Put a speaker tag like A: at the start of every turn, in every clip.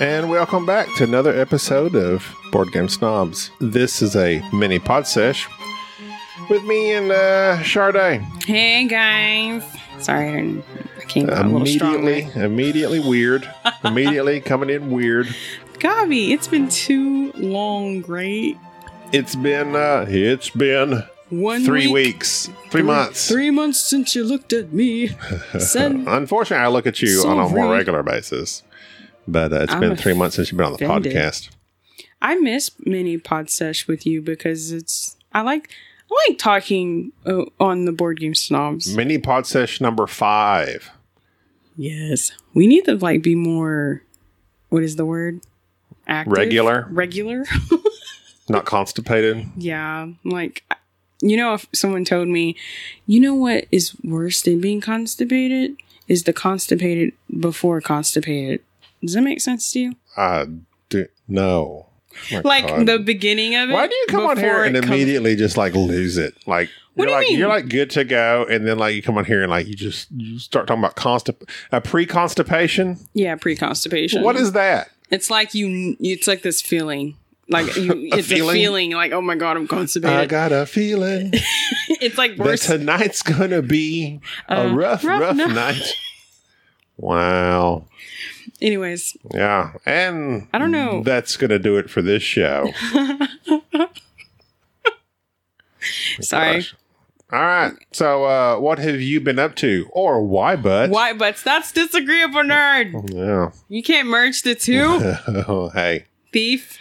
A: And welcome back to another episode of Board Game Snobs. This is a mini pod sesh with me and uh, Charday.
B: Hey guys. Sorry, I didn't- I came out a little
A: Immediately,
B: stronger.
A: immediately weird. immediately coming in weird.
B: Gabi, it's been too long, right?
A: It's been uh, it's been
B: One
A: three
B: week,
A: weeks, three, months.
B: three months since you looked at me. Send
A: Unfortunately, I look at you
B: So
A: on a more
B: rude.
A: regular basis, but uh, it's
B: I'm
A: been three months since you've been on the
B: offended.
A: podcast.
B: I miss mini pod sesh with you because it's I like I like talking uh, on the board game snobs.
A: Mini pod sesh number five.
B: Yes, we need to like be more. What is the word? Active?
A: Regular.
B: Regular.
A: Not constipated.
B: yeah, like you know, if someone told me, you know what is worse than being constipated is the constipated before constipated. Does that make sense to you?
A: I do no. Oh my
B: Like
A: God.
B: the beginning of it.
A: Why do you come on here
B: before
A: and
B: it comes-
A: immediately just like lose it? Like you're
B: What do you
A: like
B: mean?
A: you're like good to go, and then like you come on here and like you just you start talking about constip a pre constipation.
B: yeah, pre-constipation.
A: What is that?
B: It's like you. It's like this feeling. Like you,
A: A
B: it's
A: feeling?
B: a feeling. Like oh my god, I'm
A: I
B: constipated.
A: got a feeling
B: it's like
A: that
B: worse.
A: tonight's gonna be a
B: Uh,
A: rough, rough,
B: rough night.
A: night. Wow.
B: Anyways,
A: Oh Yeah. And
B: I don't know.
A: That's gonna do it for this show.
B: sorry.
A: Gosh. All right. So, uh, what have you been up to, or why, but
B: Why butts? That's disagreeable, nerd.
A: Yeah. Oh,
B: You can't merge the two,
A: hey,
B: thief.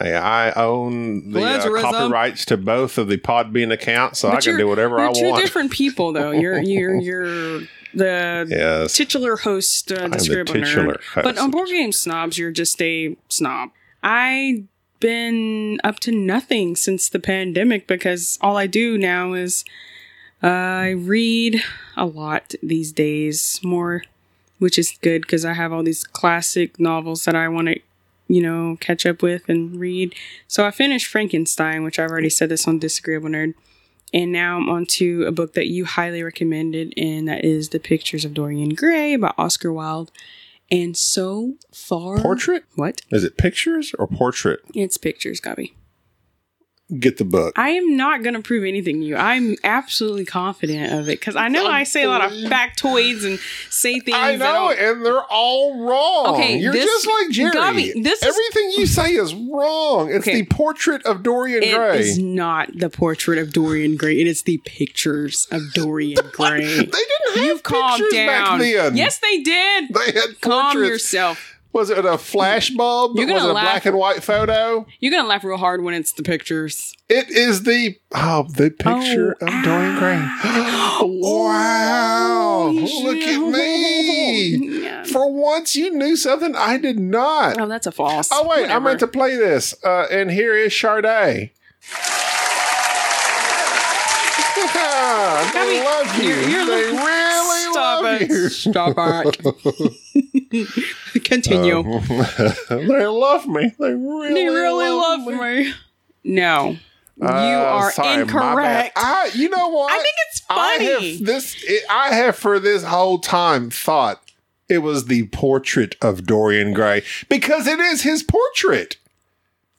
A: hey, I own the uh,
B: Plagiarism.
A: copyrights to both of the Podbean accounts, so I can
B: you're-
A: do whatever I
B: They're two
A: want.
B: different people, though. You're you're you're the
A: Yes.
B: titular host, uh,
A: the
B: disagreeable
A: titular
B: nerd. But on
A: host.
B: board game snobs, you're just a snob. I been up to nothing since the pandemic because all I do now is uh, I read a lot these days more, which is good because I have all these classic novels that I want to, you know, catch up with and read. So I finished Frankenstein, which I've already said this on Disagreeable Nerd. And now I'm on to a book that you highly recommended, and that is The Pictures of Dorian Gray by Oscar Wilde. And so far.
A: Portrait?
B: What?
A: Is it pictures or portrait?
B: It's pictures, Gabby.
A: Get the book.
B: I am not going to prove anything to you. I'm absolutely confident of it because I know I say a lot of factoids and say things.
A: I
B: that
A: know,
B: don't-
A: and they're all wrong.
B: Okay,
A: You're
B: this-
A: just like Jerry.
B: Gabby, this is-
A: Everything you say is wrong. It's
B: Okay.
A: the portrait of Dorian
B: It
A: Gray.
B: is not the portrait of Dorian Gray. It is the pictures of Dorian Gray.
A: They didn't have
B: You've calmed
A: pictures back
B: down.
A: then.
B: Yes, they did.
A: they had
B: Calm
A: portraits.
B: yourself.
A: Was it a flash bulb?
B: You're gonna
A: was it a
B: laugh.
A: black and white photo?
B: You're gonna laugh real hard when it's the pictures.
A: It is the oh the picture
B: Oh, ah.
A: of Dorian Gray. wow!
B: Oh,
A: Look at me.
B: Yeah.
A: For once, you knew something I did not.
B: Oh, that's a false.
A: Oh wait, I meant to play this, uh, and here is Charday. they
B: Gabby,
A: love you.
B: you're- you're
A: they
B: like-
A: really
B: Stop
A: love
B: it.
A: you.
B: Stop it. Continue.
A: they love me. They really,
B: they really love me. No.
A: Uh,
B: you are incorrect.
A: I, you know what?
B: I think it's
A: I
B: funny.
A: have this. It, I have for this whole time thought it was the portrait of Dorian Gray because it is his portrait.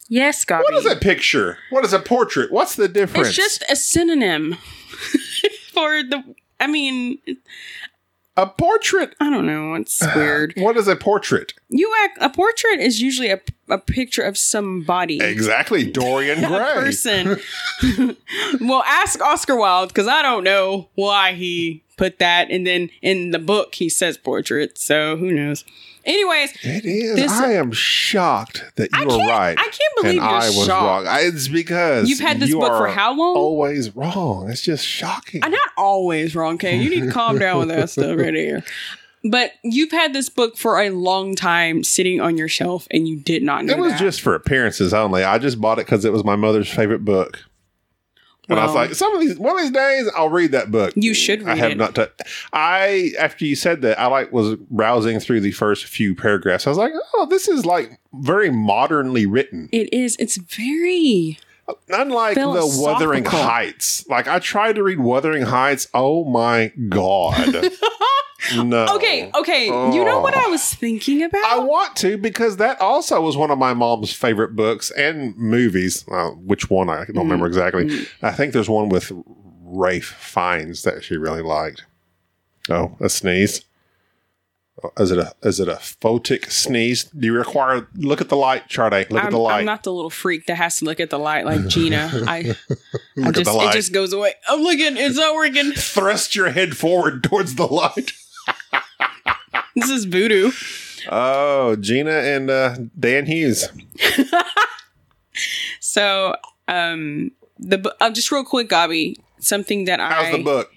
B: yes, Gabby.
A: What is a picture? What is a portrait? What's the difference?
B: It's just a synonym for the. I mean,
A: a portrait.
B: I don't know. It's weird.
A: What is a portrait?
B: You act. A portrait is usually a, a picture of somebody.
A: Exactly, Dorian
B: a
A: Gray.
B: person. well, ask Oscar Wilde because I don't know why he put that. And then in the book, he says portrait. So who knows? Anyways,
A: It is.
B: This-
A: I am shocked that you
B: I
A: were
B: can't-
A: right.
B: I can't believe
A: and
B: you're
A: I was
B: shocked.
A: wrong. I, it's because
B: You've had this
A: you
B: book for
A: are
B: how long?
A: Always wrong. It's just shocking.
B: I'm Uh, not always wrong, okay? You need to calm down with that stuff right here. But you've had this book for a long time sitting on your shelf and you did not know
A: It was
B: that.
A: just for appearances only. I just bought it because it was my mother's favorite book. And I was
B: Well-
A: like, some of these one of these days I'll read that book.
B: You should read
A: I have
B: it.
A: not. tou- I after you said that, I like was browsing through the first few paragraphs. I was like, oh, this is like very modernly written,
B: it is. It's very.
A: unlike the Wuthering
B: Philosophical.
A: Heights. Like I tried to read Wuthering Heights. Oh my god, No.
B: Okay, okay. You know what I was thinking about?
A: I want to because that also was one of my mom's favorite books and movies. Uh, which one I don't remember exactly. I think there's one with Rafe Fiennes that she really liked. Oh, a sneeze. Oh, Is it a is it a photic sneeze? Do you require look at the light, Charday? Look
B: I'm,
A: at the
B: I'm
A: light.
B: not the little freak that has to look at the light like Gina. I, I
A: at
B: just
A: the light.
B: it just goes away. I'm looking. It's not working.
A: Thrust your head forward towards the light.
B: This is voodoo.
A: Oh, Gina and uh, Dan Hughes.
B: So, um, the bu- uh, just real quick, Gabi, something that I
A: How's the book?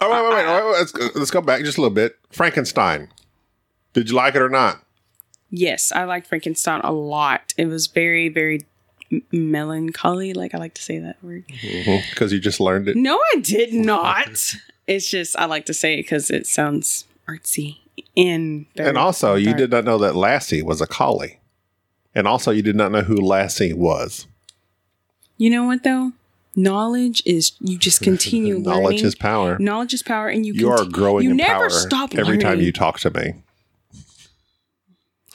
A: Oh wait, wait, wait, wait, wait. Let's go, let's go back just a little bit. Frankenstein. Did you like it or not?
B: yes, I like Frankenstein a lot. It was very very m- melancholy. Like I like to say that word.
A: Because you just learned it.
B: No, I did not. it's just I like to say it because it sounds artsy and very
A: And also, you
B: dark.
A: did not know that Lassie was a collie. And also, you did not know who Lassie was.
B: You know what though? Knowledge is you just continue
A: Knowledge
B: learning.
A: is power.
B: knowledge is power, and you
A: you are
B: conti-
A: growing
B: You
A: in
B: never
A: power
B: stop
A: every time
B: learning.
A: you talk to me.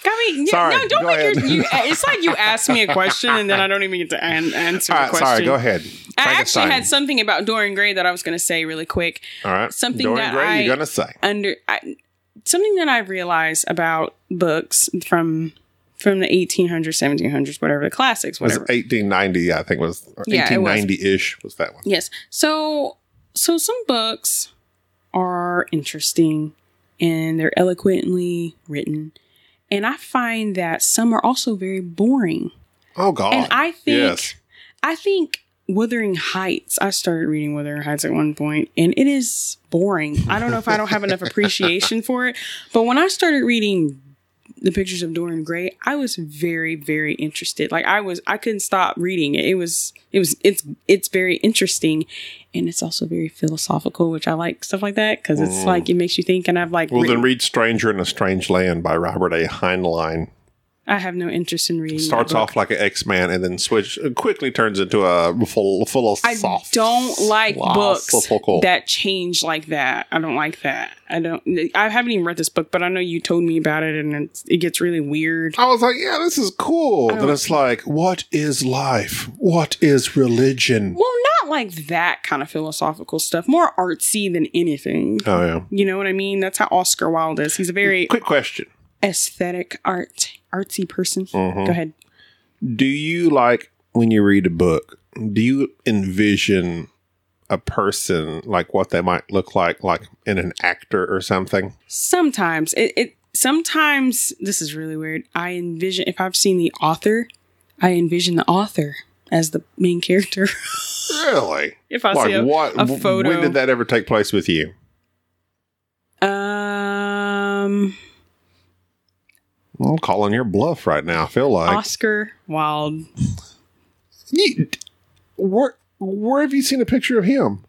B: Gabi, yeah,
A: Sorry,
B: no, don't
A: go
B: make
A: ahead.
B: your. You, it's like you ask me a question and then I don't even get to an, answer
A: All
B: the
A: right,
B: question.
A: sorry, go ahead.
B: I
A: Frankenstein.
B: actually had something about Dorian Gray that I was going to say really quick.
A: All right.
B: something
A: Dorian
B: that
A: Gray,
B: I-
A: you're gonna say.
B: Under I, something that I realized about books from from the 1800s, 1700s, whatever the classics,
A: It was
B: whatever.
A: 1890, I think was or
B: Yeah, it was.
A: 1890-ish was that one.
B: Yes. So so some books are interesting and they're eloquently written. And I find that some are also very boring.
A: Oh God.
B: And I think
A: yes.
B: I think Wuthering Heights. I started reading Wuthering Heights at one point, and it is boring. I don't know if I don't have enough appreciation for it, but when I started reading the pictures of Dorian Gray, I was very, very interested. Like I was, I couldn't stop reading it. It was, it was, it's, it's very interesting, and it's also very philosophical, which I like stuff like that because it's
A: Mm.
B: like it makes you think. And I've like,
A: Well, then
B: written-
A: read Stranger in a Strange Land by Robert A. Heinlein.
B: I have no interest in reading. that
A: Starts
B: book.
A: off like an X Man and then switch uh, quickly turns into a full full of
B: I
A: soft.
B: don't like books
A: philosophical.
B: that change like that. I don't like that. I don't. I haven't even read this book, but I know you told me about it, and it's, it gets really weird.
A: I was like, yeah, this is cool.
B: I
A: Then
B: don't-
A: it's like, what is life? What is religion?
B: Well, not like that kind of philosophical stuff. More artsy than anything.
A: Oh yeah.
B: You know what I mean? That's how Oscar Wilde is. He's a very
A: Quick question:
B: aesthetic art artsy person.
A: Mhm.
B: Go ahead.
A: Do you like when you read a book? Do you envision a person like what they might look like, like in an actor or something?
B: Sometimes it, it sometimes this is really weird. I envision if I've seen the author, I envision the author as the main character.
A: Really?
B: if I see
A: Like
B: a,
A: what?
B: a photo.
A: When did that ever take place with you?
B: Um,
A: I'm calling your bluff right now. I feel like
B: Oscar Wilde.
A: You- where where have you seen a picture of him?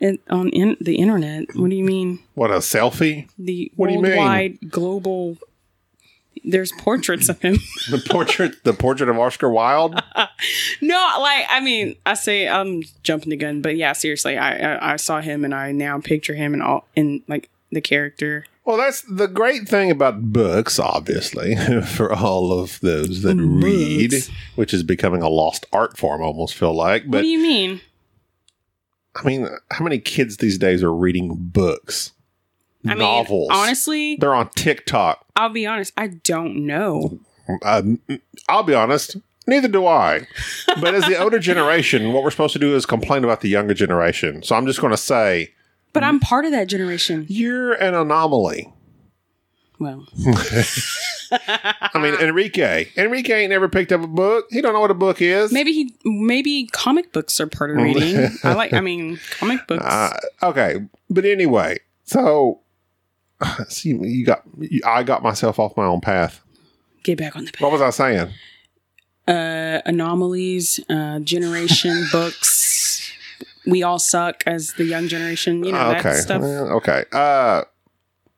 B: In, on in, the internet. What do you mean?
A: What a selfie!
B: The
A: What do you mean?
B: worldwide global. There's portraits of him.
A: The portrait, the portrait of Oscar Wilde.
B: no, like I mean, I say I'm jumping the gun, but yeah, seriously, I I, I saw him and I now picture him and all in like the character.
A: Well, that's the great thing about books, obviously, for all of those that
B: Books.
A: read, which is becoming a lost art form. I almost feel like,
B: what
A: but
B: do you mean?
A: I mean, how many kids these days are reading books,
B: I
A: novels?
B: mean, honestly,
A: they're on TikTok.
B: I'll be honest. I don't know.
A: Um, I'll be honest, neither do I. But as the older generation, what we're supposed to do is complain about the younger generation. So I'm just going to say
B: But I'm part of that generation.
A: you're an anomaly.
B: Well,
A: I
B: Uh-huh.
A: mean, Enrique. Enrique ain't never picked up a book. He don't know what a book is.
B: Maybe he maybe comic books are part of reading. I like I mean comic books.
A: Oh. Uh, okay, but anyway, so see, you got you, I got myself off my own path.
B: Get back on the
A: What was I saying?
B: uh anomalies, uh generation books. We all suck as the young generation, you know,
A: Uh, okay,
B: that stuff.
A: Well, okay. Uh,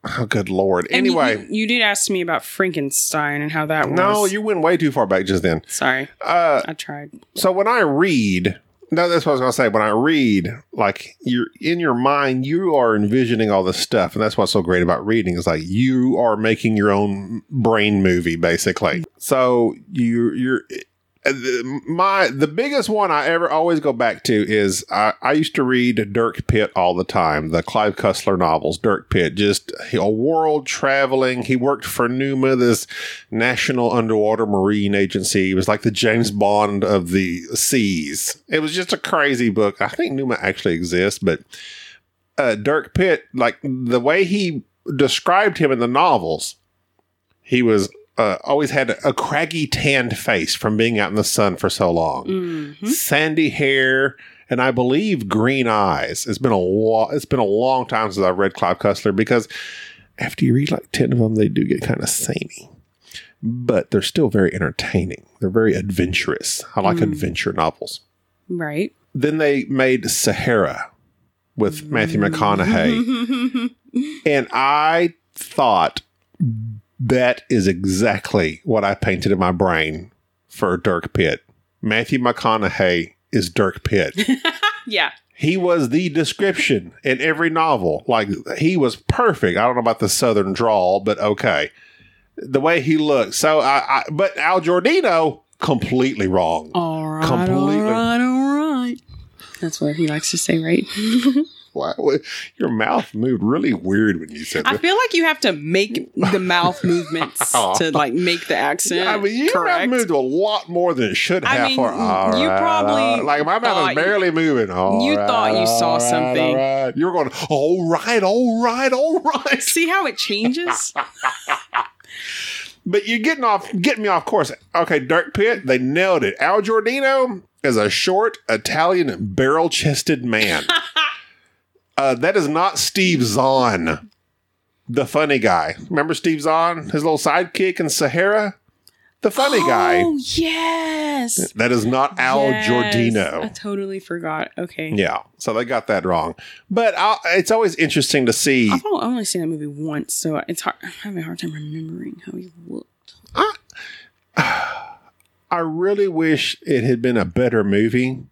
A: oh, good lord.
B: And you-
A: Anyway,
B: you, you did ask me about Frankenstein and how that was.
A: no, you went way too far back just then.
B: sorry,
A: Uh,
B: I tried.
A: so when I read, No, that's what I was gonna say. When I read, like you're in your mind, you are envisioning all this stuff, and that's what's so great about reading is like you are making your own brain movie, basically. So you you're uh, the- my the biggest one I ever always go back to is I, I used to read Dirk Pitt all the time, the Clive Cussler novels. Dirk Pitt, just a world traveling. He worked for NUMA, this National Underwater Marine Agency. He was like the James Bond of the seas. It was just a crazy book. I think NUMA actually exists, but uh, Dirk Pitt, like the way he described him in the novels, he was uh, always had a craggy tanned face from being out in the sun for so long,
B: Mhm.
A: sandy hair, and I believe green eyes. It's been a wa- it's been a long time since I've read Clive Cussler because after you read like ten of them, they do get kind of samey, but they're still very entertaining. They're very adventurous. I like adventure novels.
B: Right.
A: Then they made Sahara with Matthew
B: Mm-hmm.
A: McConaughey. And I thought that is exactly what I painted in my brain for Dirk Pitt. Matthew McConaughey is Dirk Pitt.
B: yeah.
A: he was the description in every novel. Like he was perfect. I don't know about the southern drawl, but okay. The way he looked. So I, I but Al Giordino completely wrong.
B: All right.
A: Completely.
B: All right. All right. That's what he likes to say, right?
A: Wow, Your mouth moved really weird when you said
B: I
A: that.
B: feel like you have to make the mouth movements to like make the accent.
A: I mean, your
B: correct.
A: mouth moved a lot more than it should
B: I
A: have.
B: mean,
A: for, all
B: you
A: right,
B: probably
A: all right. like my mouth
B: thought
A: is
B: you-
A: barely moving. All
B: you thought you
A: right,
B: saw
A: all right,
B: something.
A: All right. You were going, all right, all right, all right.
B: See how it changes?
A: But you're getting off, getting me off course. Okay, Dirk Pitt, they nailed it. Al Giordino is a short Italian barrel chested man. uh, that is not Steve Zahn, the funny guy. Remember Steve Zahn, his little sidekick in Sahara? The funny guy.
B: Oh yes.
A: That is not Al
B: Yes.
A: Giordino.
B: I totally forgot. Okay.
A: Yeah, so they got that wrong. But i it's always interesting to see.
B: I've only- I've only seen that movie once, so it's hard. I'm having a hard time remembering how he looked.
A: I really wish it had been a better movie.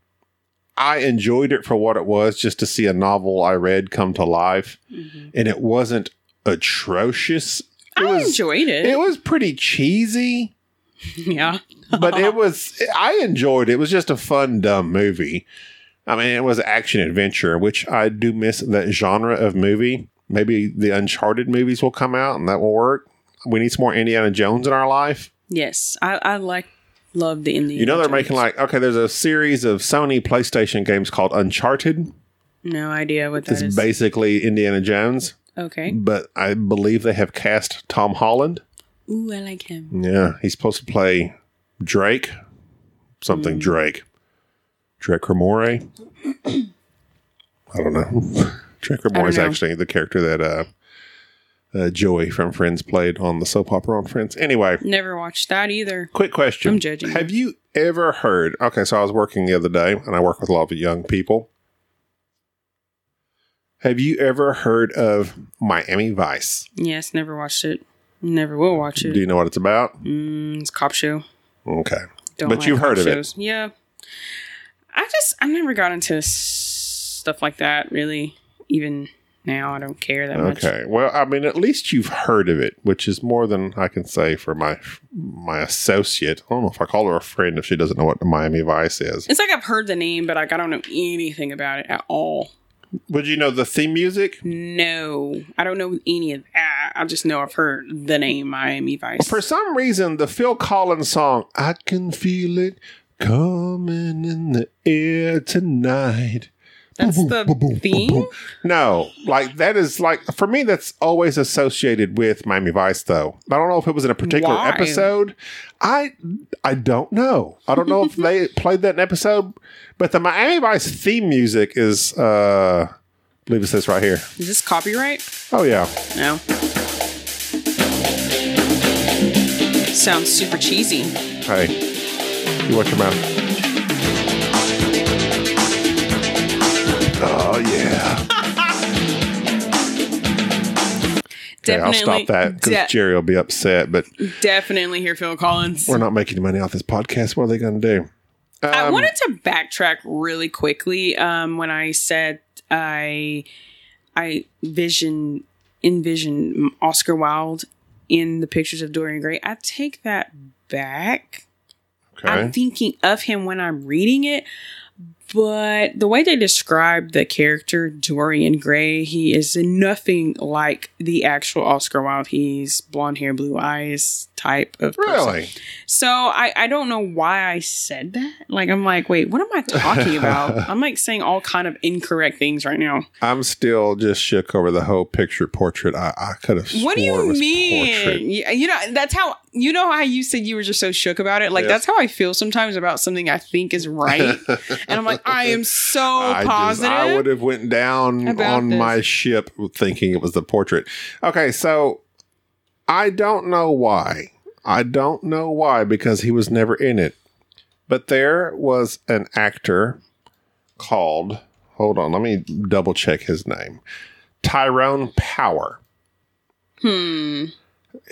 A: I enjoyed it for what it was, just to see a novel I read come to life, and Mm-hmm. it wasn't atrocious. It
B: I
A: was
B: enjoyed it.
A: it was pretty cheesy,
B: yeah.
A: but it was I enjoyed it. It was just a fun dumb movie. I mean, it was action adventure, which I do miss that genre of movie. Maybe the Uncharted movies will come out and that will work. We need some more Indiana Jones in our life.
B: Yes, I, I like love the Indian.
A: You know, they're making like, okay, there's a series of Sony PlayStation games called Uncharted.
B: no idea what that
A: It's
B: is.
A: basically Indiana Jones,
B: okay.
A: but I believe they have cast Tom Holland.
B: Ooh, I like him.
A: Yeah, he's supposed to play Drake, something
B: Mm.
A: Drake, Drake Ramore. I don't know. Drake
B: don't
A: Ramore is
B: know.
A: actually the character that uh, uh, Joey from Friends played on the soap opera on Friends. Anyway,
B: Never watched that either.
A: quick question:
B: I'm judging you.
A: Have you ever heard? Okay, so I was working the other day, and I work with a lot of young people. Have you ever heard of Miami Vice?
B: Yes, never watched it. Never will watch it.
A: Do you know what it's about?
B: Mm, it's a cop show.
A: Okay.
B: Don't
A: But you've
B: cop
A: heard of it.
B: shows. Yeah. I just I never got into s- stuff like that really. Even now, I don't care that much.
A: Okay. Well, I mean, at least you've heard of it, which is more than I can say for my my associate. I don't know if I call her a friend if she doesn't know what the Miami Vice is.
B: It's like I've heard the name, but like I don't know anything about it at all.
A: Would you know the theme music?
B: No, I don't know any of that. I just know I've heard the name Miami Vice.
A: For some reason, the Phil Collins song "I Can Feel It Coming in the Air Tonight."
B: That's the theme.
A: No, like that is like for me. That's always associated with Miami Vice, though. I don't know if it was in a particular
B: Why?
A: episode. I I don't know. I don't know if they played that in episode, but the Miami Vice theme music is. uh I believe it says right here.
B: Is this copyright?
A: Oh yeah,
B: No. Sounds super cheesy.
A: hey, you watch your mouth. Oh yeah. Okay, I'll stop that because
B: de-
A: Jerry will be upset. But
B: definitely hear Phil Collins.
A: we're not making money off this podcast. What are they going to do?
B: I
A: Um,
B: wanted to backtrack really quickly um, when I said I I vision envision Oscar Wilde in the pictures of Dorian Gray. I take that back. I'm
A: okay.
B: thinking of him when I'm reading it, but the way they describe the character Dorian Gray, he is nothing like the actual Oscar Wilde. He's blonde hair, blue eyes type of person.
A: Really?
B: So I, I don't know why I said that. Like I'm like, wait, what am I talking about? I'm like saying all kind of incorrect things right now.
A: I'm still just shook over the whole picture portrait. I, I could have.
B: What
A: swore it
B: do you
A: was portrait.
B: mean? You, you know, that's how you know how you said you were just so shook about it. Like
A: Yes.
B: that's how I feel sometimes about something I think is right, and I'm like, I am so
A: I just-
B: positive.
A: I would have went down
B: about
A: on
B: this.
A: my ship thinking it was the portrait. Okay, so I don't know why. I don't know why because he was never in it. But there was an actor called. Hold on, let me double check his name. Tyrone Power.
B: hmm.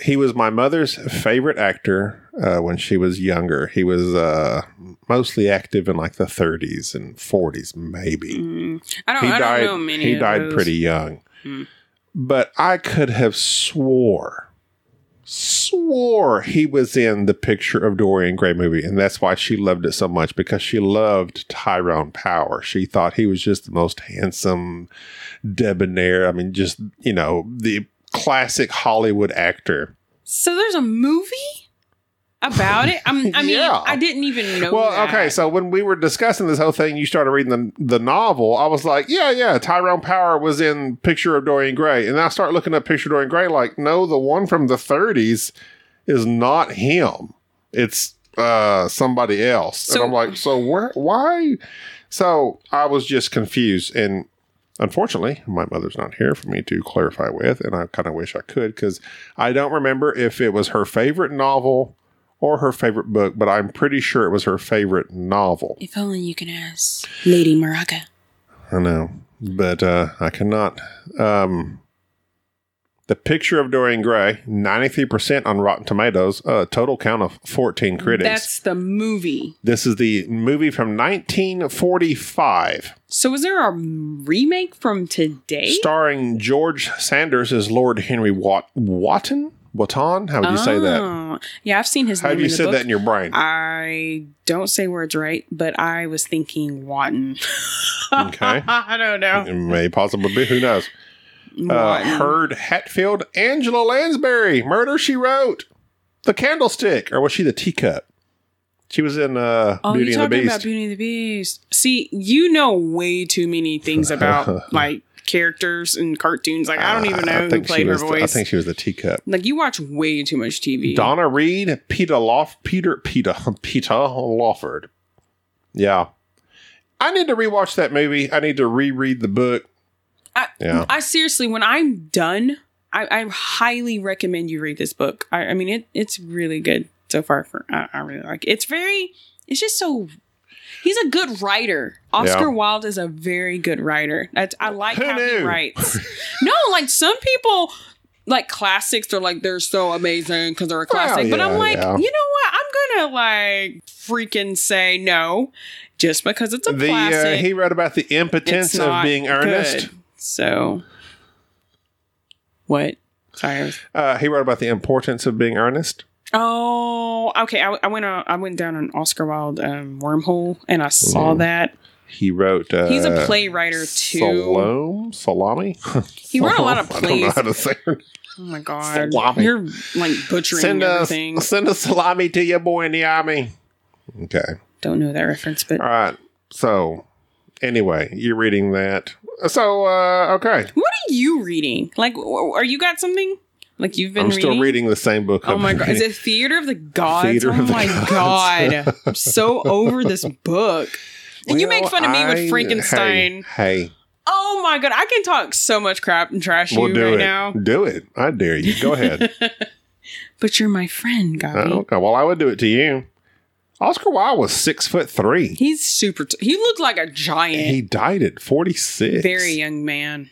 A: He was my mother's favorite actor uh, when she was younger. He was uh, mostly active in like the 30s and 40s, maybe
B: Mm. I don't.
A: he
B: I
A: died.
B: don't know many.
A: he
B: of
A: died
B: those.
A: pretty young,
B: Hmm.
A: but I could have swore, swore he was in the picture of Dorian Gray movie, and that's why she loved it so much because she loved Tyrone Power. She thought he was just the most handsome, debonair. I mean, just you know the classic Hollywood actor.
B: So there's a movie about it. I'm, I mean,
A: Yeah.
B: I didn't even know.
A: Well,
B: that.
A: okay. So when we were discussing this whole thing, you started reading the the novel. I was like, yeah, yeah. Tyrone Power was in Picture of Dorian Gray, and I start looking at Picture of Dorian Gray. Like, no, the one from the 30s is not him. It's uh somebody else.
B: So-
A: and I'm like, so where? Why? So I was just confused and. Unfortunately, my mother's not here for me to clarify with, and I kind of wish I could because I don't remember if it was her favorite novel or her favorite book, but I'm pretty sure it was her favorite novel.
B: If only you can ask Lady Maraca.
A: I know, but uh, I cannot. Um, the picture of Dorian Gray, 93% on Rotten Tomatoes, a total count of 14 critics.
B: That's the movie.
A: this is the movie from 1945,
B: So is there a remake from today?
A: starring George Sanders as Lord Henry Wat- Wotton. Wotton? How would you say that?
B: Oh. Yeah, I've seen his
A: How
B: name
A: have you
B: in the
A: said
B: book.
A: that in your brain?
B: I don't say words right, but I was thinking Watton.
A: Okay.
B: I don't know.
A: it may possibly be. Who knows? uh,
B: Watton.
A: Heard Hatfield, Angela Lansbury, Murder She Wrote, The Candlestick, or was she the teacup? She was in uh,
B: Oh,
A: Beauty
B: you're
A: and the
B: talking
A: Beast.
B: about Beauty and the Beast. See, you know way too many things about like characters and cartoons. Like I don't even
A: Uh,
B: know who
A: think she
B: played her
A: was the- I
B: voice.
A: think she was the teacup.
B: like you watch way too much TV.
A: Donna Reed, Peter Loff, Peter, Peter, Peter Lawford. Yeah. I need to rewatch that movie. I need to reread the book.
B: I,
A: Yeah.
B: I seriously, when I'm done, I, I highly recommend you read this book. I, I mean, it it's really good so far. For I, I really like it. It's very, it's just so. He's a good writer. Oscar
A: Yeah.
B: Wilde is a very good writer. That's I like
A: Who
B: how he
A: knew?
B: writes. no, like some people like classics are like they're so amazing because they're a
A: Well,
B: classic. but
A: yeah,
B: I'm like,
A: yeah.
B: you know what? I'm gonna like freaking say no just because it's a
A: The
B: classic.
A: uh, he wrote about the
B: It's
A: impotence of
B: not
A: being earnest.
B: good. So what? Sorry. I was-
A: Uh, he wrote about the importance of being earnest.
B: oh, okay. I, I went uh, I went down an Oscar Wilde um, wormhole and I saw
A: Mm.
B: that
A: He wrote. Uh,
B: he's a playwright too.
A: Salome? Salami?
B: He wrote a lot of
A: I don't know
B: plays.
A: how to say her.
B: Oh my god,
A: Salami.
B: you're like butchering
A: Send us,
B: everything.
A: send a salami to your boy in the army. Okay.
B: Don't know that reference, but
A: All right. So, anyway, you're reading that. So, uh, okay.
B: what are you reading? Like, w- w- are you got something? Like you've been
A: I'm
B: reading?
A: still reading the same book.
B: Oh
A: I've
B: my
A: been
B: god, is
A: reading.
B: it Theater of the Gods?
A: Theater
B: oh
A: of the
B: my
A: Gods.
B: god, I'm so over this book. And you
A: Well,
B: make fun of me
A: I-
B: with Frankenstein.
A: Hey, hey,
B: Oh my god, I can talk so much crap and trash
A: we'll
B: you
A: do
B: right
A: it.
B: now.
A: Do it. I dare you. Go ahead.
B: But you're my friend,
A: Uh,
B: Gabby.
A: okay. Well, I would do it to you. Oscar Wilde was six foot three.
B: He's super. T- he looked like a giant,
A: He died at 46.
B: very young man.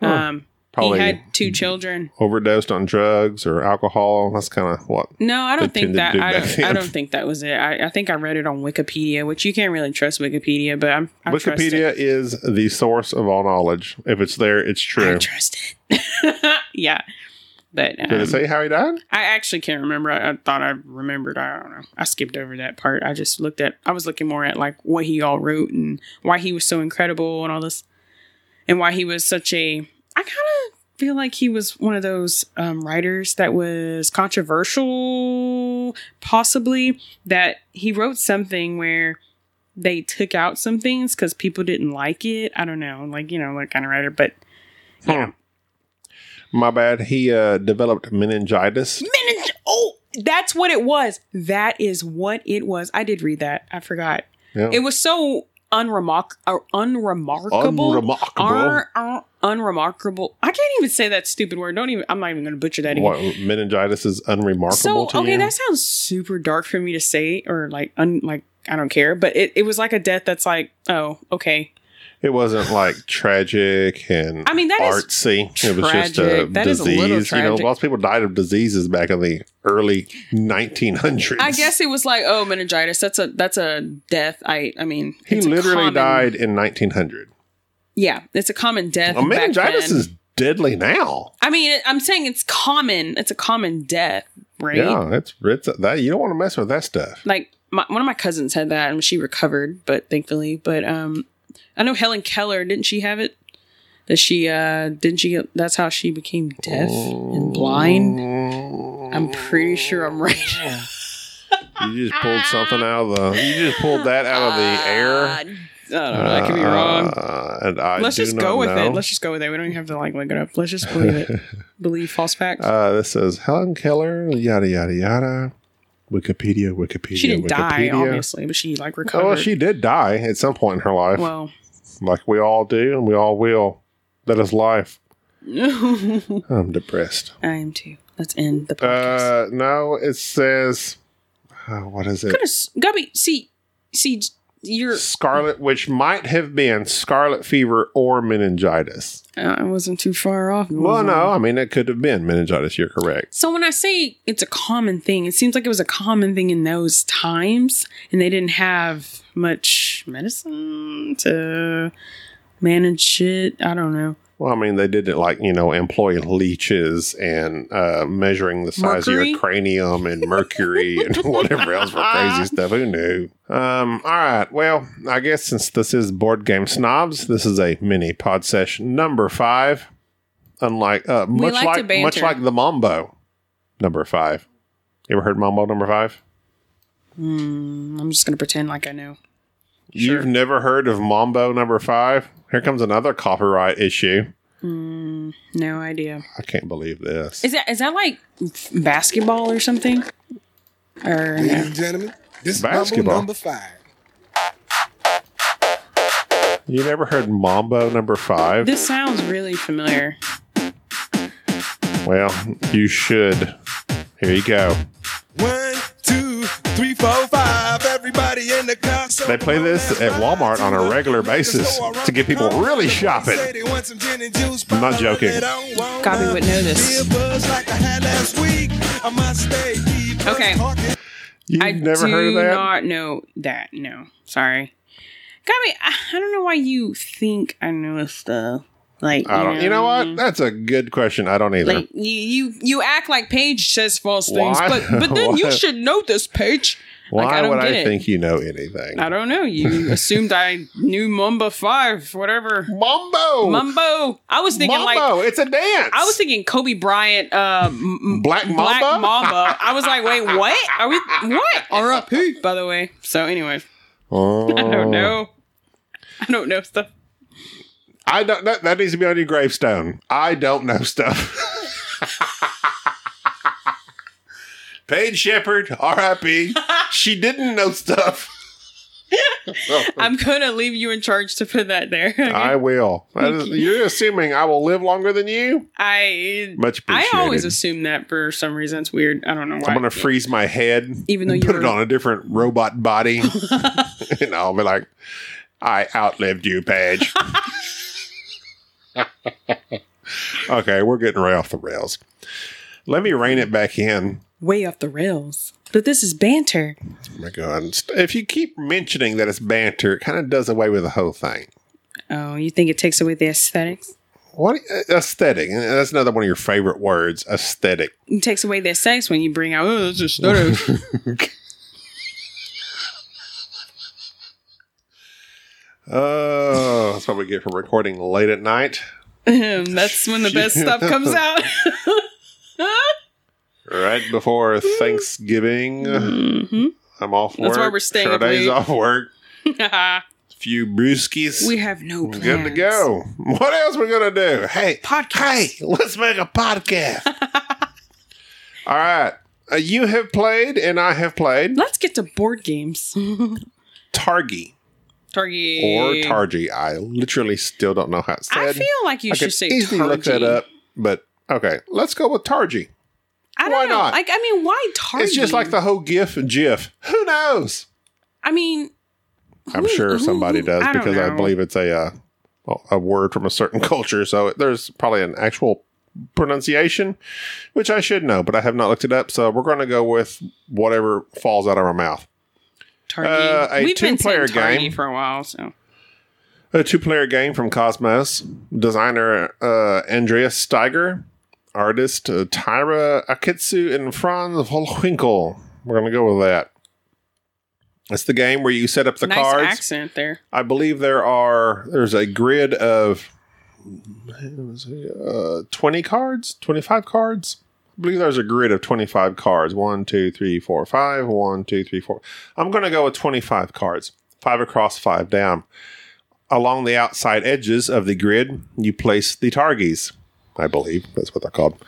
A: Huh.
B: Um,
A: Probably
B: he had two children.
A: overdosed on drugs or alcohol. That's kind of what.
B: No, I don't
A: They
B: think
A: tended
B: that.
A: to do
B: I
A: back
B: don't,
A: then.
B: I don't think that was it. I, I think I read it on Wikipedia, which you can't really trust Wikipedia, but I'm I trust it.
A: Wikipedia is the source of all knowledge. If it's there, it's
B: I
A: true.
B: trust it. yeah. But um,
A: Did it say how he died?
B: I actually can't remember. I, I thought I remembered. I don't know. I skipped over that part. I just looked at, I was looking more at like what he all wrote and why he was so incredible and all this and why he was such a, I kind of feel like he was one of those um, writers that was controversial, possibly, that he wrote something where they took out some things because people didn't like it. I don't know. Like, you know, that kind of writer. But
A: Hmm. My bad. He uh, developed meningitis.
B: Meninge- oh, that's what it was. That is what it was. I did read that. I forgot.
A: Yeah.
B: It was so unremark- uh, unremarkable.
A: Unremarkable.
B: Ar- ar- unremarkable. I can't even say that stupid word. Don't even. I'm not even going to butcher that again.
A: What meningitis is unremarkable
B: So
A: to
B: okay,
A: you?
B: that sounds super dark for me to say, or like, un- like I don't care. But it, it was like a death that's like, oh, okay.
A: It wasn't like tragic and
B: I mean, that is
A: artsy. it was just a
B: tragic. That is a
A: disease.
B: little
A: you know,
B: tragic.
A: lots of people died of diseases back in the early 1900s.
B: I guess it was like, oh, meningitis. That's a that's a death. I I mean,
A: he
B: it's a
A: literally
B: common-
A: died in 1900.
B: Yeah, it's a common death.
A: Well,
B: back
A: meningitis
B: then.
A: is deadly now.
B: I mean, it- I'm saying it's common. It's a common death, right?
A: Yeah, it's it's that you don't want to mess with that stuff.
B: Like my, one of my cousins had that, and she recovered, but thankfully. But um, I know Helen Keller didn't she have it? That she uh didn't she? get- That's how she became deaf and blind.
A: Mm,
B: I'm pretty sure I'm right.
A: You just pulled something out of the. You just pulled that out of the air.
B: Uh, I don't know. I could be wrong.
A: Uh, and I
B: Let's
A: do
B: just
A: not
B: go with
A: know.
B: it. Let's just go with it. We don't even have to like look it up. Let's just believe it. believe false facts.
A: Uh, this says Helen Keller, yada yada yada. Wikipedia, Wikipedia.
B: she didn't
A: Wikipedia.
B: die, obviously, but she like
A: Oh,
B: recovered.
A: well, she did die at some point in her life,
B: well.
A: like we all do, and we all will. That is life. I'm depressed.
B: I am too. Let's end the podcast.
A: Uh, no, it says, uh, what is it?
B: Goodness, Gubby, see, see, you're.
A: Scarlet, which might have been scarlet fever or meningitis.
B: uh, I wasn't too far off.
A: Well, no, I mean, it could have been meningitis. You're correct.
B: So when I say it's a common thing, it seems like it was a common thing in those times, and they didn't have much medicine to manage it. I don't know.
A: Well, I mean, they did it like, you know, employ leeches and uh, measuring the size of
B: Mercury?
A: your cranium and mercury and whatever else for
B: Uh-huh.
A: crazy stuff. Who knew? Um, all right. Well, I guess since this is Board Game Snobs, this is a mini pod session number five. Unlike, uh,
B: We
A: much
B: like to
A: like, much
B: banter.
A: like the Mambo number five. You ever heard Mambo number five?
B: Hmm, I'm just gonna pretend like I know.
A: You've never heard of Mambo number five? Here comes another copyright issue.
B: Hmm, no idea.
A: I can't believe this.
B: Is that is that like basketball or something? Or
C: Ladies
B: no?
C: and gentlemen, this is
A: Basketball.
C: Mumble number five.
A: You never heard Mambo number five?
B: this sounds really familiar.
A: Well, you should. Here you go.
C: One, two, three, four, five. Everybody in the car. So
A: They play this at Walmart on a regular basis to get people really shopping. I'm
C: I'm
A: not joking.
B: Gabby would know this. Okay.
A: You've
B: I
A: never
B: do
A: heard of that?
B: not know that. No, sorry. Got me. I I don't know why you think I know stuff. Like
A: I don't. You know what? That's a good question. I don't either.
B: Like you, you, you act like Paige says false things,
A: Why?
B: but but then
A: Why?
B: you should know this, Paige.
A: Why
B: like, I don't
A: would I
B: get it.
A: think you know anything?
B: I don't know. You assumed I knew Mumba Five, whatever.
A: Mambo.
B: Mumbo. I was thinking like
A: Mambo. it's a dance.
B: I was thinking Kobe Bryant, uh, m- m-
A: Black
B: Black
A: Mamba?
B: Mamba. I was like, wait, what? Are we what? R.I.P. By the way. So anyway,
A: Oh.
B: I don't know. I don't know stuff.
A: I don't. That, that needs to be on your gravestone. I don't know stuff. Paige Shepard, R.I.P. she didn't know stuff.
B: I'm gonna leave you in charge to put that there.
A: I will. That
B: Thank
A: is-
B: you.
A: you're assuming I will live longer than you.
B: I
A: Much
B: I
A: appreciated.
B: always assume that for some reason. It's weird. I don't know why.
A: I'm gonna freeze my head,
B: Even though
A: and put
B: you're-
A: it on a different robot body, and I'll be like, "I outlived you, Paige." Okay, we're getting right off the rails. Let me rein it back in.
B: Way off the rails. But this is banter.
A: Oh my God. If you keep mentioning that it's banter, it kind of does away with the whole thing.
B: Oh, you think it takes away the aesthetics?
A: What aesthetic? And That's another one of your favorite words, aesthetic.
B: It takes away the aesthetics when you bring out, oh, that's aesthetics.
A: Oh, that's what we get for recording late at night.
B: that's when the best stuff comes out.
A: Right before Thanksgiving,
B: Mm-hmm.
A: I'm off work.
B: Mm. That's why we're staying up
A: Saturdays
B: late.
A: off work.
B: we
A: Few brewskis.
B: have no
A: We're
B: plans.
A: good to go. What else we gonna do? Hey,
B: Podcast.
A: Hey, let's make a podcast. All right. Uh, you have played, and I have played
B: Let's get to board games.
A: Targi
B: Targi.
A: or Targi. I literally still don't know how it's said.
B: Eh. I feel like you
A: I
B: should
A: could
B: say
A: easily
B: Targi.
A: look that up, but okay, let's go with Targi.
B: I don't
A: Why
B: know.
A: not?
B: Like, I mean, why Targi?
A: It's just like the whole GIF and GIF. Who knows?
B: I mean,
A: I'm
B: Who-
A: sure
B: who-
A: somebody
B: who-
A: does
B: I don't
A: because I
B: know.
A: believe it's a uh, well, a word from a certain culture. So there's probably an actual pronunciation, which I should know, but I have not looked it up. So we're going to go with whatever falls out of our mouth.
B: Targi.
A: Uh, a
B: We've been saying
A: two-player
B: Targi
A: game.
B: for a while, so.
A: A two-player game from Cosmos designer uh, Andreas Steiger, artist uh, Tyra Akitsu, and Franz Holwinkle. We're going to go with that. It's the game where you set up the
B: nice
A: cards.
B: accent there.
A: I believe there are there's a grid of uh, twenty cards, twenty five cards. I believe there's a grid of twenty five cards. One, two, three, four, five. One, two, three, four. I'm going to go with twenty five cards, five across, five down. Along the outside edges of the grid, you place the targis. I believe that's what they're called.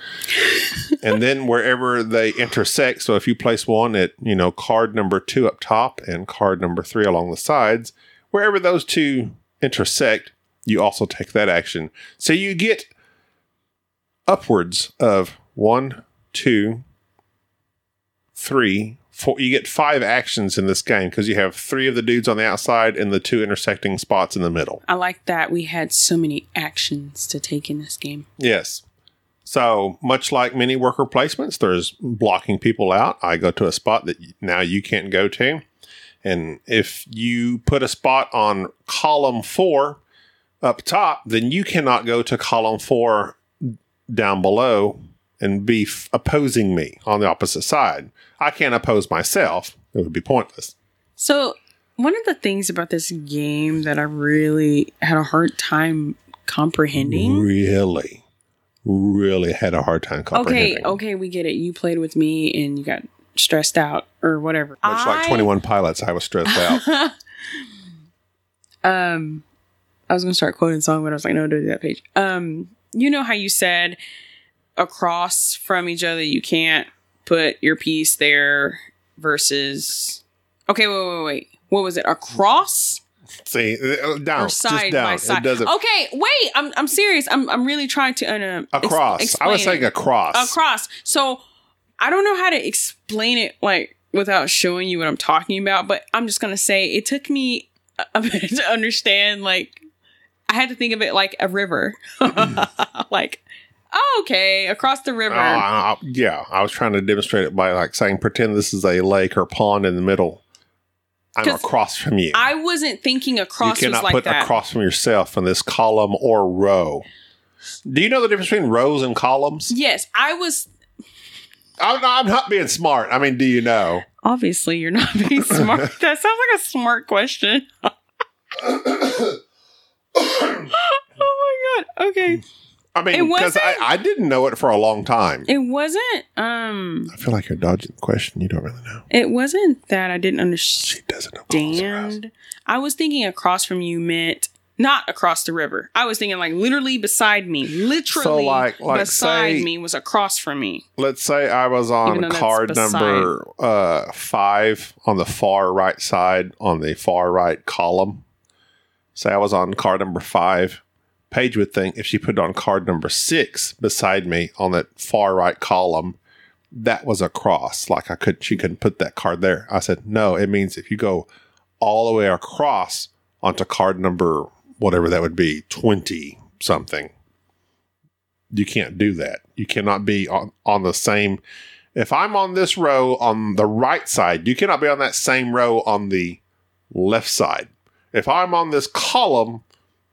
A: and then wherever they intersect, so if you place one at, you know, card number two up top and card number three along the sides, wherever those two intersect, you also take that action. So you get upwards of one, two, three, four. You get five actions in this game because you have three of the dudes on the outside and the two intersecting spots in the middle.
B: I like that we had so many actions to take in this game.
A: Yes. So much like many worker placements, there's blocking people out. I go to a spot that y- now you can't go to. And if you put a spot on column four up top, then you cannot go to column four down below and be f- opposing me on the opposite side. I can't oppose myself. It would be pointless.
B: So, one of the things about this game that I really had a hard time comprehending.
A: Really, really had a hard time
B: Okay,
A: comprehending.
B: okay, we get it. You played with me and you got stressed out or whatever.
A: Much like 21 Pilots, I was stressed out.
B: um I was gonna start quoting song, but I was like, no, don't do that page. Um, you know how you said across from each other you can't put your piece there versus Okay, wait, wait, wait. What was it? Across
A: See, uh, down,
B: or side
A: just down.
B: by side?
A: It doesn't
B: okay, wait. I'm I'm serious. I'm I'm really trying to uh, ex-
A: across. I was
B: explain it
A: saying across.
B: across. So I don't know how to explain it like without showing you what I'm talking about, but I'm just gonna say it took me a- a minute to understand. Like I had to think of it like a river, like oh, okay, across the
A: Oh,
B: river.
A: I- I- yeah, I was trying to demonstrate it by like saying, pretend this is a lake or pond in the middle. I'm
B: 'Cause
A: across from you.
B: I wasn't thinking
A: you
B: across was
A: cannot
B: like
A: put
B: that.
A: across from yourself in this column or row. Do you know the difference between rows and columns?
B: Yes, I was.
A: I'm, I'm not being smart. I mean, do you know?
B: Obviously, you're not being smart. that sounds like a smart question. oh my god. Okay.
A: I mean,
B: It
A: because I,
B: wasn't-
A: I didn't know it for a long time.
B: It wasn't um
A: I feel like you're dodging the question. You don't really know.
B: it wasn't that I didn't understand
A: She doesn't know. columns or rows.
B: stand. I was thinking across from you meant not across the river. I was thinking like literally beside me. Literally
A: like- like
B: beside
A: say-
B: me was across from me.
A: let's say I was
B: Even
A: on
B: though that's
A: card
B: beside.
A: number uh, five on the far right side on the far right column. Say I was on card number five. Paige would think if she put on card number six beside me on that far right column, that was a cross. Like I could, she couldn't put that card there. I said no. It means if you go all the way across onto card number whatever that would be, twenty something, You can't do that. You cannot be on, on the same. If I'm on this row on the right side, you cannot be on that same row on the left side. If I'm on this column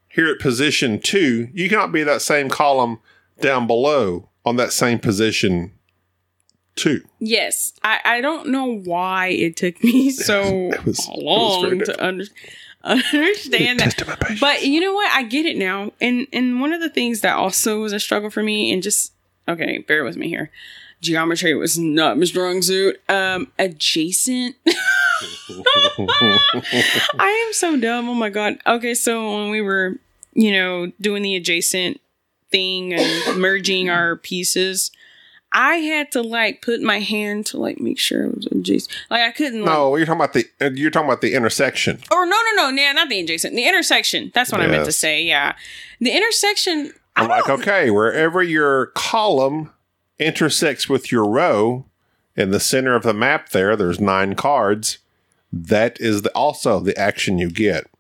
A: here at position two, you cannot be that same column down below on that same position two.
B: Yes, I, I don't know why it took me so
A: It was- it was very
B: long
A: difficult.
B: to under, understand that.
A: Tested my patience.
B: But you know what? I get it now. And and one of the things that also was a struggle for me, and just okay, bear with me here. Geometry was not my strong suit. Um, adjacent. I am so dumb. Oh my god. Okay, so when we were, you know, doing the adjacent thing and merging our pieces, I had to like put my hand to like make sure it was adjacent. Like I couldn't. Like,
A: no, you're talking about the uh, you're talking about the intersection.
B: or no, no, no, nah, not the adjacent. The intersection. That's what I meant to
A: Yes.
B: say. Yeah, the intersection. I
A: I'm like,
B: don't-
A: okay, wherever your column intersects with your row in the center of the map there, there's nine cards. That is the, also the action you get. oh.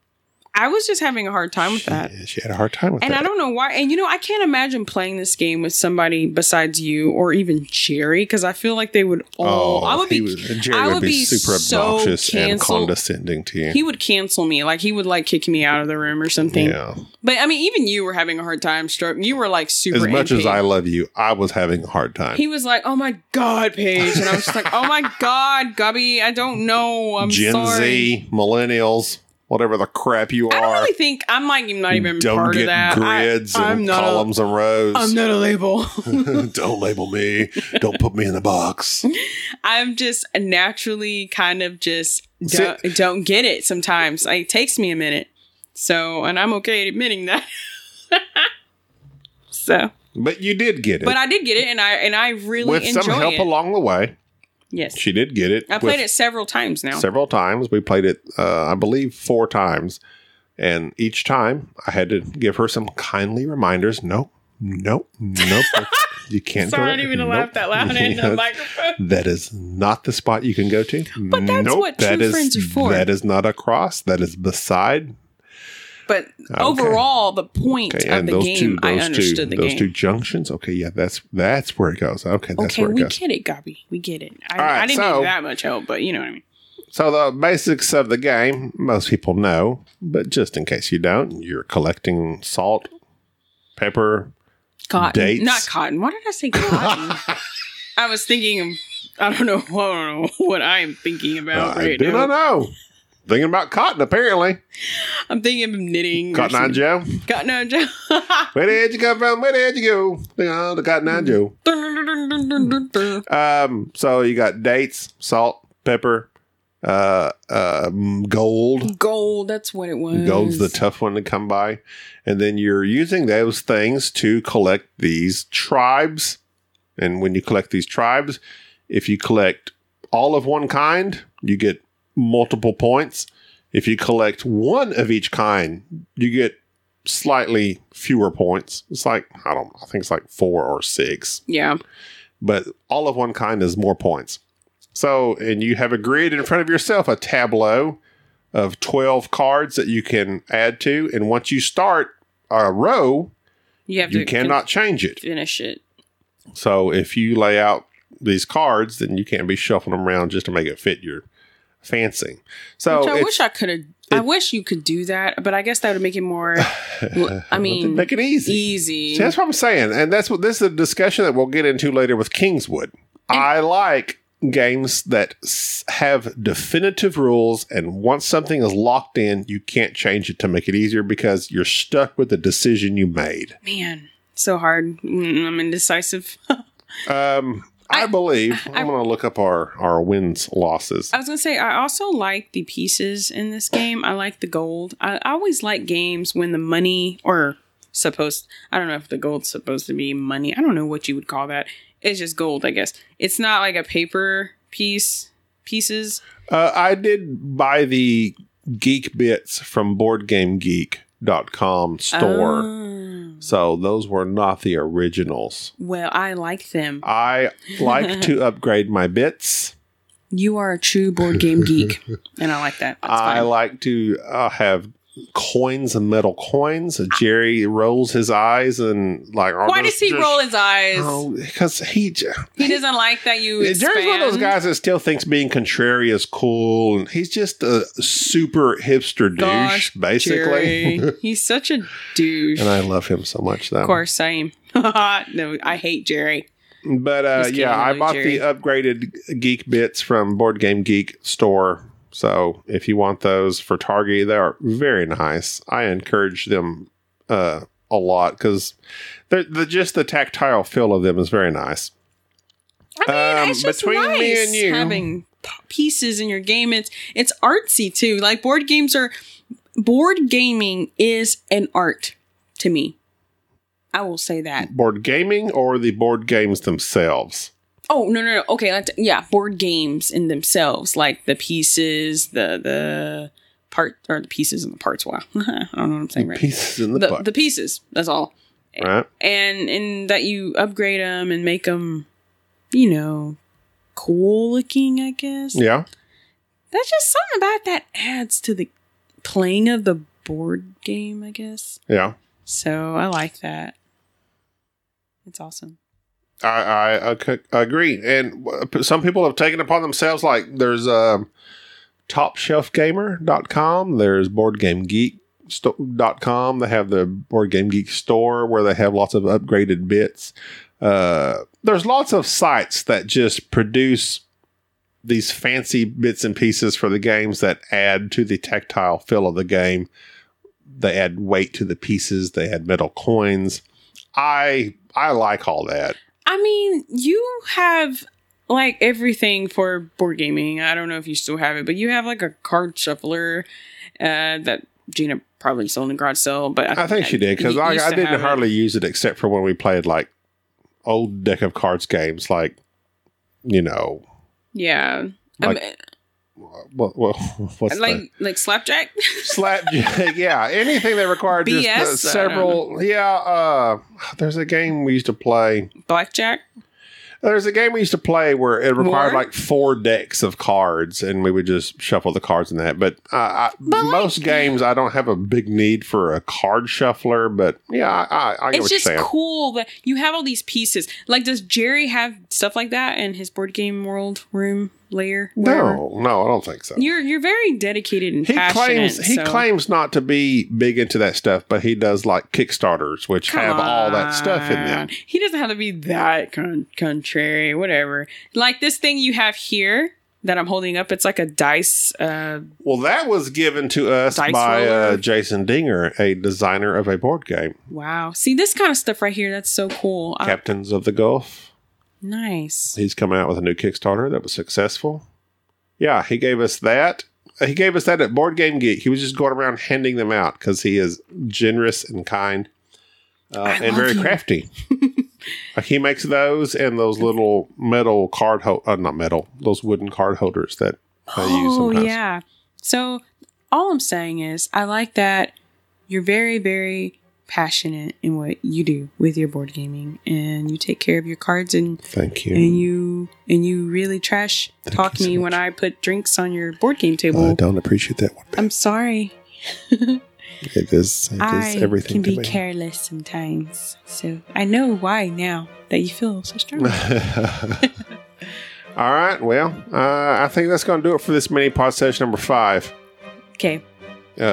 B: I was just having a hard time with that.
A: Yeah, She had a hard time with
B: And
A: that.
B: I don't know why. And you know, I can't imagine playing this game with somebody besides you or even Jerry because I feel like they would all. I would
A: Oh, he
B: be.
A: was- Jerry
B: I
A: would,
B: would
A: be,
B: be
A: super
B: so
A: obnoxious and
B: cancel-
A: condescending to you.
B: He would cancel me. Like he would like kick me out of the room or something.
A: yeah.
B: But I mean, even you were having a hard time. Stroke. You were like super.
A: As much as
B: NP.
A: I love you, I was having a hard time.
B: He was like, "Oh my god, Paige," and I was just like, "Oh my god, Gubby, I don't know. I'm
A: Gen
B: sorry."
A: Z, millennials, whatever the crap you
B: I
A: are.
B: don't really think I'm like not even
A: don't
B: part
A: get
B: of that.
A: grids
B: I,
A: and
B: I'm not
A: columns and rows.
B: A, I'm not a label.
A: don't label me. Don't put me in the box.
B: I'm just naturally kind of just
A: See-
B: don't, don't get it sometimes. Like, it takes me a minute. So, and I'm okay admitting that. so,
A: But you did get it.
B: but I did get it, and I and I really
A: With
B: enjoy
A: some help
B: it.
A: along the way,
B: yes,
A: she did get it.
B: I played
A: with
B: it several times now.
A: several times. We played it, uh, I believe, four times. And each time I had to give her some kindly reminders. Nope, nope, nope. you can't
B: Sorry, I
A: go there.
B: didn't mean to
A: Nope.
B: laugh that loud in the
A: Yes.
B: microphone.
A: That is not the spot you can go to. But
B: that's what true friends are for.
A: That is not across. That is beside.
B: But overall, the point
A: Okay,
B: of
A: and
B: the
A: those
B: game,
A: two,
B: I
A: those
B: understood
A: two,
B: the
A: those
B: game.
A: two junctions. Okay, yeah, that's that's where it goes. Okay, that's
B: okay,
A: where it
B: we
A: goes.
B: get it, Gabi. We get it. I,
A: All right,
B: I didn't
A: so-
B: need that much help, but you know what I mean.
A: So the basics of the game, most people know, but just in case you don't, you're collecting salt, pepper.
B: Cotton,
A: Dates.
B: not cotton. Why did I say cotton? I was thinking of. I don't know. I don't know what I'm thinking about
A: I
B: right
A: Uh, do
B: now.
A: not know. Thinking about cotton, apparently.
B: I'm thinking of knitting. or
A: Cotton Eye
B: something.
A: Joe.
B: Cotton Eye Joe.
A: Where did you come from? Where did you go? Think of the Cotton Eye
B: Hmm.
A: Joe. Um, so you got dates, salt, pepper, uh, uh, mm, gold.
B: Gold. That's what it was.
A: Gold's the tough one to come by. And then you're using those things to collect these tribes. And when you collect these tribes, if you collect all of one kind, you get multiple points. If you collect one of each kind, you get slightly fewer points. It's like, I don't I think it's like four or six,
B: yeah.
A: but all of one kind is more points. So, and you have a grid in front of yourself, a tableau of 12 cards that you can add to. And once you start a row,
B: You have
A: you
B: to
A: cannot change it.
B: fin- finish it.
A: So, if you lay out these cards, then you can't be shuffling them around just to make it fit your fancy. So,
B: Which I
A: Oh, it's-
B: wish I could have. I wish you could do that, but I guess that would make it more. I mean,
A: make it easy.
B: easy.
A: See, that's what I'm saying, and that's what this is a discussion that we'll get into later with Kingswood. I like games that s- have definitive rules, and once something is locked in, you can't change it to make it easier because you're stuck with the decision you made.
B: Man, so hard. Mm, I'm indecisive.
A: Um, I,
B: I-
A: believe I, am going to look up our our wins losses.
B: I was gonna say I also like the pieces in this game. I like the gold. I, I always like games when the money or supposed I don't know if the gold's supposed to be money. I don't know what you would call that. It's just gold, I guess. It's not like a paper piece pieces.
A: Uh, I did buy the Geek Bits from BoardGameGeek.com store,
B: Oh.
A: so those were not the originals.
B: well, I like them.
A: I like to upgrade my bits.
B: You are a true board game geek, and I like that. That's
A: I
B: fine.
A: like to uh, have coins and metal coins. Uh, Jerry rolls his eyes and like.
D: Why does he roll his eyes?
A: Oh, Because he. j-
D: He doesn't like that you.
A: Jerry's one of those
D: expand.
A: guys that still thinks being contrary is cool, and he's just a super hipster
B: Gosh,
A: douche, basically.
B: Jerry. He's such a douche.
A: and I love him so much, though.
B: of course, same. no, I hate Jerry.
A: But uh,
B: Just
A: yeah,
B: kidding,
A: I
B: Lily
A: bought
B: Jerry.
A: the upgraded Geek Bits from Board Game Geek store. So if you want those for Target, they are very nice. I encourage them uh, a lot because the just the tactile feel of them is very nice.
B: I mean,
A: Um,
B: it's just
A: between
B: nice
A: me and you-
B: having p- pieces in your game. It's it's artsy too. Like board games are board gaming is an art to me. I will say that.
A: Board gaming or the board games themselves.
B: Oh no no no. Okay, let's, yeah, board games in themselves, like the pieces, the the part or the pieces and the parts. Wow, I don't know what I'm saying right.
A: Pieces in the,
B: The,
A: butt,
B: the pieces. That's all.
A: right?
B: and and that you upgrade them and make them, you know, cool looking. I guess
A: Yeah.
B: that's just something about that adds to the playing of the board game. I guess
A: Yeah.
B: so. I like that. It's awesome.
A: I, I, I c- agree. And uh, some people have taken it upon themselves. Like there's um, topshelfgamer.com, there's boardgamegeek.com. They have the Board Game Geek store where they have lots of upgraded bits. Uh, there's lots of sites that just produce these fancy bits and pieces for the games that add to the tactile feel of the game. They add weight to the pieces, they add metal coins. I I like all that.
B: I mean, you have like everything for board gaming. I don't know if you still have it, but you have like a card shuffler uh, that Gina probably sold in garage sale. But
A: I think she did because I,
B: used
A: I
B: to
A: didn't
B: have it.
A: hardly use it except for when we played like old deck of cards games, like you know,
B: Yeah.
A: Like-
B: um,
A: well, well what's
B: like
A: the
B: like slapjack.
A: slapjack? yeah, anything that required just uh,
B: BS? I don't
A: several. Yeah, uh, there's a game we used to play.
B: blackjack.
A: There's a game we used to play where it required
B: War?
A: like four decks of cards, and we would just shuffle the cards in that. But, uh, I,
D: But, like-
A: most games, I don't have a big need for a card shuffler. But yeah, I, I, I get
B: It's
A: what you're
B: just
A: saying.
B: cool that you have all these pieces. Like, does Jerry have stuff like that in his board game world room layer? wherever?
A: No, no, I don't think so.
B: you're you're very dedicated and
A: he
B: passionate.
A: claims he
B: so-
A: claims not to be big into that stuff, but he does like Kickstarters, which
B: Come
A: have all that stuff in
B: on.
A: them.
B: He doesn't have to be that con- contrary, whatever. Like this thing you have here that I'm holding up, it's like a dice. Uh,
A: Well, that was given to us
B: Dice
A: by uh,
B: roller.
A: Jason Dinger, a designer of a board game,
B: wow. See this kind of stuff right here. That's so cool. I-
A: Captains of the Gulf.
B: nice.
A: He's coming out with a new Kickstarter that was successful. Yeah, he gave us that. He gave us that at Board Game Geek. He was just going around handing them out because he is generous and kind uh, and
B: love
A: very
B: you.
A: crafty. Like, he makes those and those little metal card ho- uh, not metal, those wooden card holders that I use
B: Oh
A: sometimes.
B: yeah. So all I'm saying is I like that you're very very passionate in what you do with your board gaming and you take care of your cards and
A: Thank
B: and
A: you.
B: you and you really trash talk
A: you so
B: me when I put drinks on your board game table.
A: don't appreciate that one.
B: I'm sorry.
A: It is, it
B: I can be careless sometimes. So I know why now that you feel so strong.
A: All right. Well, uh, I think that's going to do it for this mini pod session number five.
B: okay.
A: uh,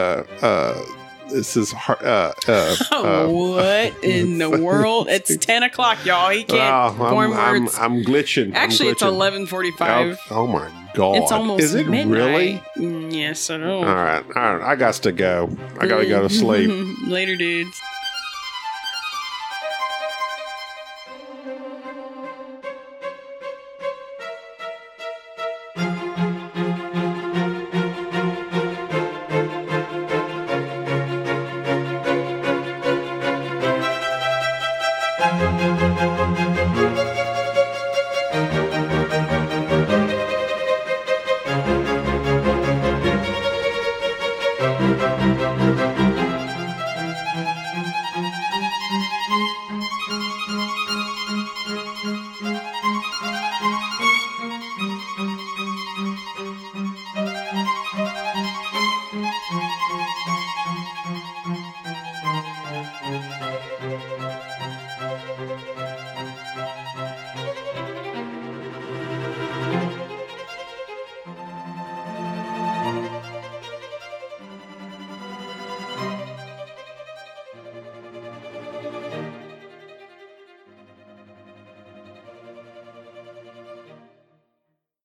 A: uh, this is hard. Uh, uh, uh,
B: Oh, what in the world? It's ten o'clock, y'all. He Oh, can't
A: wow,
B: form
A: oh, I'm, I'm,
B: words.
A: I'm glitching. I'm
B: Actually, it's
A: glitching.
B: eleven
A: Oh,
B: forty-five.
A: oh my god!
B: It's almost
A: Is it
B: midnight.
A: really?
B: Mm, yes, I know.
A: All right, all right. I got to go. I gotta go to sleep.
B: Later, dudes.